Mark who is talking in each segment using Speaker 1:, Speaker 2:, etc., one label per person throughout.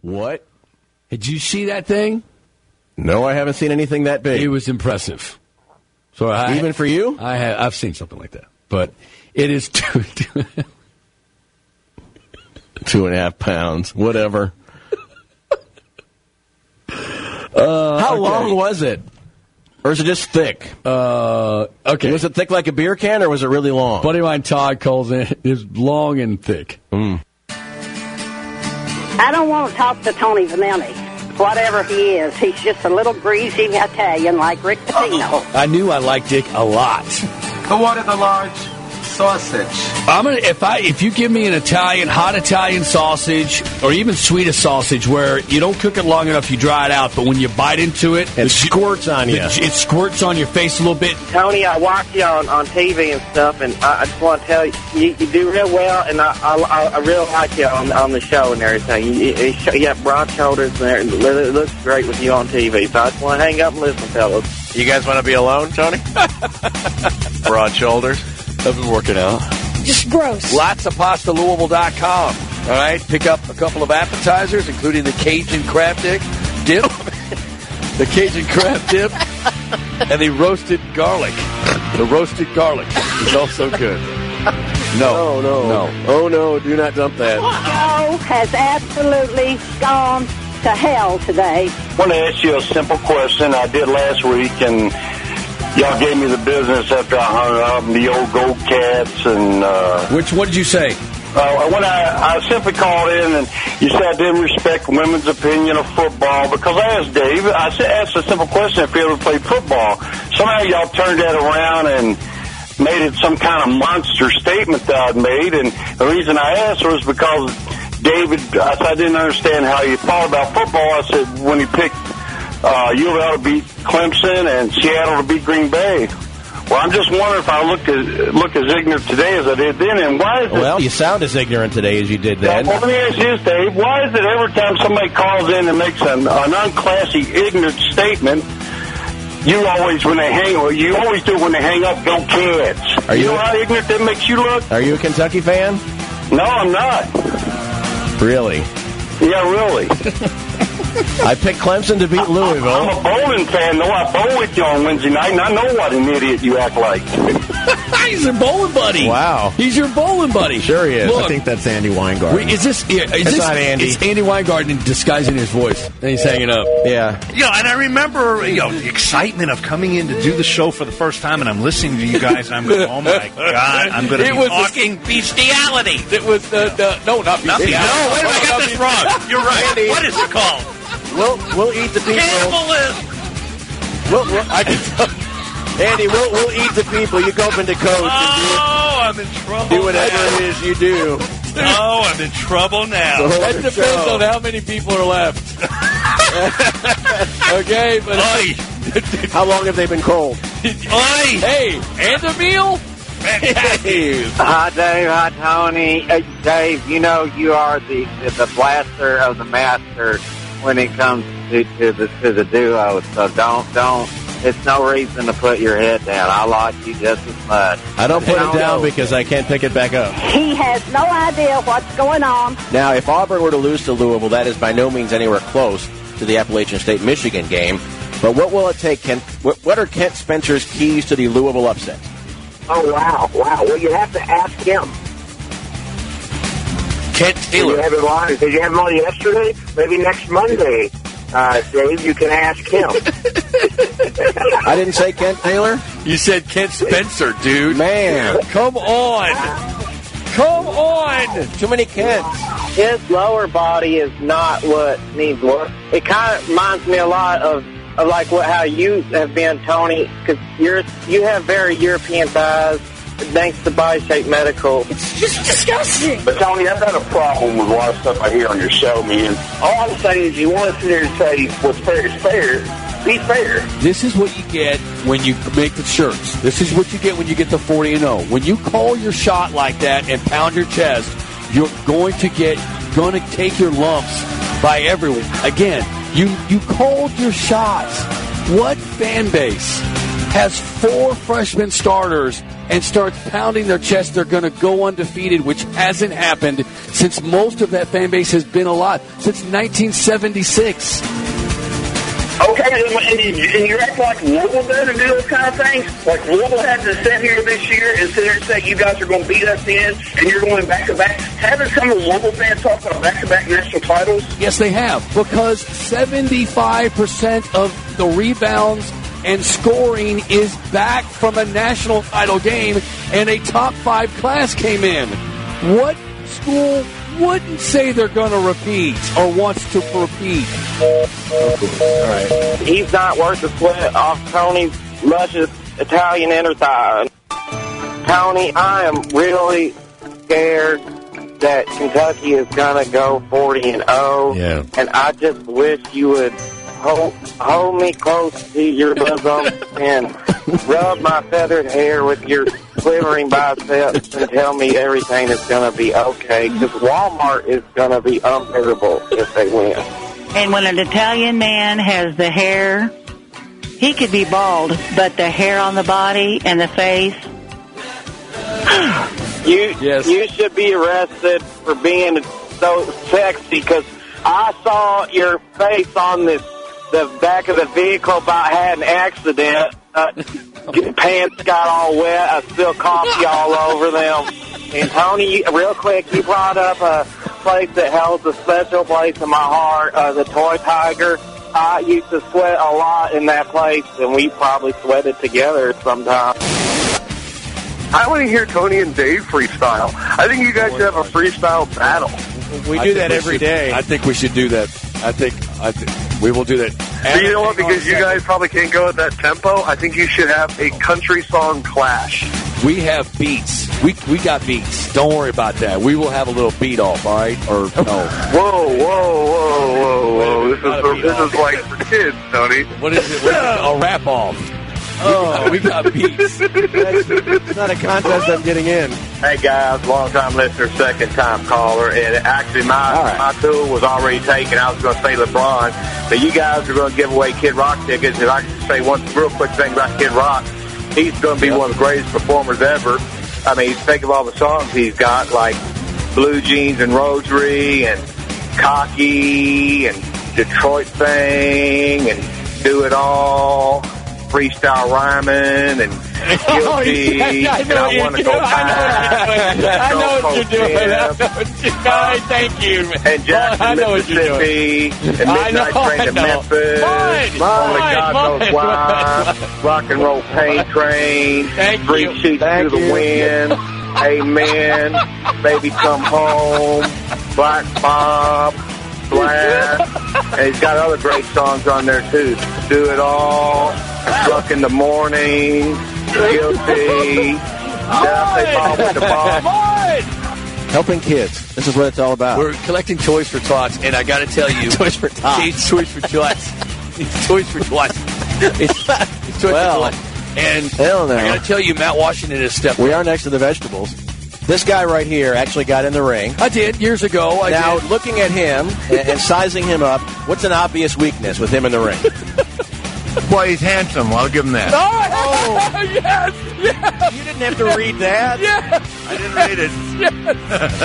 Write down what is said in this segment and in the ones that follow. Speaker 1: What? Did you see that thing?
Speaker 2: No, I haven't seen anything that big.
Speaker 1: It was impressive. So I,
Speaker 2: even for you,
Speaker 1: I have, I've seen something like that, but it is two,
Speaker 2: two and a half pounds, whatever.
Speaker 1: Uh,
Speaker 2: How
Speaker 1: okay.
Speaker 2: long was it? Or is it just thick?
Speaker 1: Uh, okay.
Speaker 2: Was it thick like a beer can, or was it really long?
Speaker 1: Buddy of mine, Todd, calls it is long and thick.
Speaker 3: I don't want to talk to Tony Vanelli. Whatever he is, he's just a little greasy Italian like Rick Pitino.
Speaker 1: I knew I liked Dick a lot.
Speaker 4: Who wanted the large sausage?
Speaker 1: I'm gonna if I if you give me an Italian hot Italian sausage or even Swedish sausage where you don't cook it long enough, you dry it out, but when you bite into it,
Speaker 2: It
Speaker 1: the ju-
Speaker 2: squirts on
Speaker 1: the
Speaker 2: you.
Speaker 1: ju- it squirts on your face a little bit.
Speaker 5: Tony, I watch you on, on TV and stuff, and I, I just want to tell you, you, you do real well, and I, I, I really like you on, on the show and everything. You, you, you you have broad shoulders, and everything. it looks great with you on TV. So I just want to hang up and listen, fellas.
Speaker 4: You guys want to be alone, Tony? Broad shoulders.
Speaker 2: I've been working out.
Speaker 6: Just gross.
Speaker 4: Lots of pastalouisville.com. All right, pick up a couple of appetizers, including the Cajun crab dip, dip, the Cajun crab dip, and the roasted garlic. The roasted garlic is also good. No,
Speaker 2: Oh no!
Speaker 4: no.
Speaker 2: Oh no! Do not dump that.
Speaker 3: Joe has absolutely gone to hell today.
Speaker 7: I want to ask you a simple question. I did last week, and y'all gave me the business after I hung up the old Go Cats. And uh,
Speaker 1: Which what did you say?
Speaker 7: uh, when I, I simply called in, and you said I didn't respect women's opinion of football because I asked Dave, I s- asked a simple question if he ever played football. Somehow y'all turned that around and made it some kind of monster statement that I'd made. And the reason I asked was because David, I, said I didn't understand how you thought about football. I said when he picked uh, U of L to beat Clemson and Seattle to beat Green Bay. Well, I'm just wondering if I look as, look as ignorant today as I did then, and why is it?
Speaker 2: Well, you sound as ignorant today as you did then.
Speaker 7: Well, let me ask you this, Dave. Why is it every time somebody calls in and makes an, an unclassy, ignorant statement, you always, when they hang up, you always do when they hang up, go kids.
Speaker 2: Are you-
Speaker 7: know how ignorant that makes you look?
Speaker 2: Are you a Kentucky fan?
Speaker 7: No, I'm not.
Speaker 2: Really?
Speaker 7: Yeah, really.
Speaker 2: I picked Clemson to beat
Speaker 7: I'm
Speaker 2: Louisville.
Speaker 7: a bowling fan, though. I bowl with you on Wednesday night, and I know what an idiot you act like.
Speaker 4: Ah,
Speaker 1: He's your bowling buddy.
Speaker 2: Wow.
Speaker 1: He's your bowling buddy.
Speaker 2: Sure he is.
Speaker 1: Look,
Speaker 2: I think that's Andy Weingarten.
Speaker 1: wait, is this is this
Speaker 2: not Andy.
Speaker 1: It's Andy Weingarten disguising his voice. And he's hanging up.
Speaker 2: yeah.
Speaker 8: You know, and I remember you know the excitement of coming in to do the show for the first time, and I'm listening to you guys, and I'm going, "Oh my god, I'm going to
Speaker 1: It
Speaker 8: be
Speaker 1: was the-
Speaker 8: talking bestiality."
Speaker 1: It was the,
Speaker 4: uh,
Speaker 1: the no, not
Speaker 8: Not
Speaker 1: bestiality.
Speaker 8: bestiality.
Speaker 1: No,
Speaker 8: I got this wrong. You're right. What is it called?
Speaker 2: We'll we'll eat the people.
Speaker 8: Cannibalism.
Speaker 2: We'll, we'll, I can Andy, we'll we'll eat the people. You go up into coach and
Speaker 8: Oh, I'm in
Speaker 2: do,
Speaker 8: trouble.
Speaker 2: do whatever it is you do.
Speaker 8: Oh, I'm in trouble now.
Speaker 2: The whole
Speaker 1: That depends
Speaker 2: show.
Speaker 1: on how many people are left. okay, but
Speaker 8: Oi,
Speaker 2: How long have they been cold?
Speaker 8: oi!
Speaker 1: hey, and a meal.
Speaker 8: Fantastic.
Speaker 5: Hi, Dave. Hi, Tony. Uh, Dave, you know you are the the blaster of the master when it comes to, to the to the duo. So don't don't. It's no reason to put your head down. I like you just as much.
Speaker 2: I don't put it
Speaker 5: Don't
Speaker 2: down
Speaker 5: know.
Speaker 2: because I can't pick it back up.
Speaker 3: He has no idea what's going on.
Speaker 2: Now, if Auburn were to lose to Louisville, that is by no means anywhere close to the Appalachian State Michigan game. But what will it take, Kent? What, what are Kent Spencer's keys to the Louisville upset?
Speaker 5: Oh wow, wow. Well, you have to ask him.
Speaker 8: Kent
Speaker 5: Did you
Speaker 8: Taylor.
Speaker 5: have it on? Did you have him on yesterday? Maybe next Monday, uh, Dave. You can ask him.
Speaker 2: I didn't say Kent Taylor.
Speaker 8: You said Kent Spencer, dude.
Speaker 2: Man,
Speaker 1: Come on, come on.
Speaker 2: too many Kents.
Speaker 5: His lower body is not what needs work. It kind of reminds me a lot of, of like what how you have been, Tony, because you're you have very European thighs. thanks to Body Shape Medical.
Speaker 6: It's just disgusting.
Speaker 7: But Tony, I've got a problem with a lot of stuff I hear on your show, man.
Speaker 5: All I'm saying is you want to sit there and say what's fair is fair. Be fair.
Speaker 1: This is what you get when you make the shirts. This is what you get when you get the 40 and 0. When you call your shot like that and pound your chest, you're going to get going to take your lumps by everyone. Again, you you called your shots. What fan base has four freshman starters and starts pounding their chest they're going to go undefeated, which hasn't happened since most of that fan base has been alive since 1976.
Speaker 5: Okay, and, and, you- and you act like Louisville doesn't do those kind of things. Like Louisville had to sit here this year and sit there and say you guys are going to beat us in, and you're going back to back. Haven't some of the Louisville fans talked about back to back national titles?
Speaker 1: Yes, they have, because 75% of the rebounds and scoring is back from a national title game, and a top five class came in. What school wouldn't say they're going to repeat or wants to repeat?
Speaker 5: He's not worth the sweat off Tony Lush's Italian inner thigh. Tony, I am really scared that Kentucky is gonna go forty and zero.
Speaker 8: Yeah.
Speaker 5: And I just wish you would hold hold me close to your bosom and rub my feathered hair with your quivering biceps and tell me everything is gonna be okay. Because Walmart is gonna be unbearable if they win.
Speaker 6: And when an Italian man has the hair, he could be bald, but the hair on the body and the face,
Speaker 5: You
Speaker 1: Yes.
Speaker 5: you should be arrested for being so sexy because I saw your face on this the back of the vehicle about had an accident. Uh, your pants got all wet. I spilled coffee all over them. And Tony, you- real quick, you brought up a place that holds a special place in my heart, uh, the Toy Tiger. I used to sweat a lot in that place, and we probably sweated together sometimes.
Speaker 7: I want to hear Tony and Dave freestyle. I think you guys should have a freestyle battle.
Speaker 4: We do that every day. I think we should do that. I think I th- we will do that.
Speaker 7: But you know what? Because you guys probably can't go at that tempo. I think you should have a country song clash.
Speaker 4: We have beats. We we got beats. Don't worry about that. We will have a little beat off, all right? Or no?
Speaker 7: Whoa, whoa, whoa, whoa, whoa! This
Speaker 4: Gotta be
Speaker 7: is this is like for kids, Tony.
Speaker 4: what is it? What is it? A rap off. Oh, we got beats.
Speaker 2: It's not a contest I'm getting in.
Speaker 5: Hey guys, long time listener, second time caller, and actually my
Speaker 2: right.
Speaker 5: my tool was already taken. I was going to say LeBron, but you guys are going to give away Kid Rock tickets, and I can say one real quick thing about Kid Rock. He's going to be one of the greatest performers ever. I mean, think of all the songs he's got, like Blue Jeans and Rosary, and Cocky, and Detroit Thing, and Do It All, Freestyle Rhyming, and Guilty,
Speaker 1: Oh, yeah, I
Speaker 5: and
Speaker 1: know what
Speaker 5: I
Speaker 1: you're
Speaker 5: Want to
Speaker 1: doing.
Speaker 5: Go
Speaker 1: I know what
Speaker 5: High.
Speaker 1: I know what you're doing. I know
Speaker 5: Coke,
Speaker 1: what you're doing. All right, thank you.
Speaker 5: And Jackson,
Speaker 1: Oh, I know what you're doing.
Speaker 5: Mississippi, and
Speaker 1: I know,
Speaker 5: Midnight Train
Speaker 1: I
Speaker 5: to
Speaker 1: know.
Speaker 5: Memphis,
Speaker 1: Mine,
Speaker 5: Only
Speaker 1: mine,
Speaker 5: God
Speaker 1: mine.
Speaker 5: Knows Why, Rock and Roll Pain Train,
Speaker 1: Thank
Speaker 5: Three
Speaker 1: you.
Speaker 5: Sheets
Speaker 2: Thank
Speaker 5: to the
Speaker 2: you.
Speaker 5: Wind, Amen, Baby Come Home, Black Bob, Blast, and he's got other great songs on there too. Do It All, Rock in the Morning, Guilty, Death, Bob with the Bob.
Speaker 1: Mine.
Speaker 2: Helping kids. This is what it's all about.
Speaker 4: We're collecting toys for tots, and I got to tell you, toys for tots. It's toys for tots. It's toys for tots. It's, it's toys
Speaker 2: Well,
Speaker 4: for tots. And
Speaker 2: hell no.
Speaker 4: I got to tell you, Matt Washington is stepping.
Speaker 2: we are next to the vegetables. This guy right here actually got in the ring.
Speaker 1: I did years ago. I
Speaker 2: now,
Speaker 1: did.
Speaker 2: looking at him and, and sizing him up, what's an obvious weakness with him in the ring?
Speaker 8: Well, he's handsome. I'll give him that.
Speaker 1: All right.
Speaker 2: Oh,
Speaker 1: yes.
Speaker 2: you didn't have to read that.
Speaker 8: I didn't read it.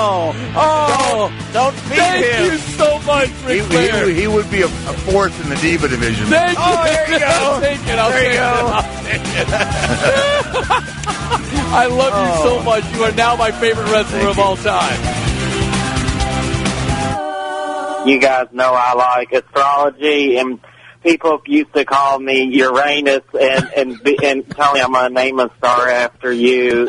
Speaker 1: Oh,
Speaker 2: Don't feed
Speaker 1: thank
Speaker 2: him.
Speaker 1: you so much, Ric Flair.
Speaker 8: he would be a, a fourth in the Diva division.
Speaker 1: Thank you.
Speaker 2: Oh, there you go.
Speaker 1: I'll take it. I'll
Speaker 2: There you
Speaker 1: take it.
Speaker 2: go.
Speaker 1: I'll take it. I love you
Speaker 2: Oh.
Speaker 1: so much. You are now my favorite wrestler of all time.
Speaker 5: you guys know I like astrology, and people used to call me Uranus, and and and Tony, I'm gonna name a star after you.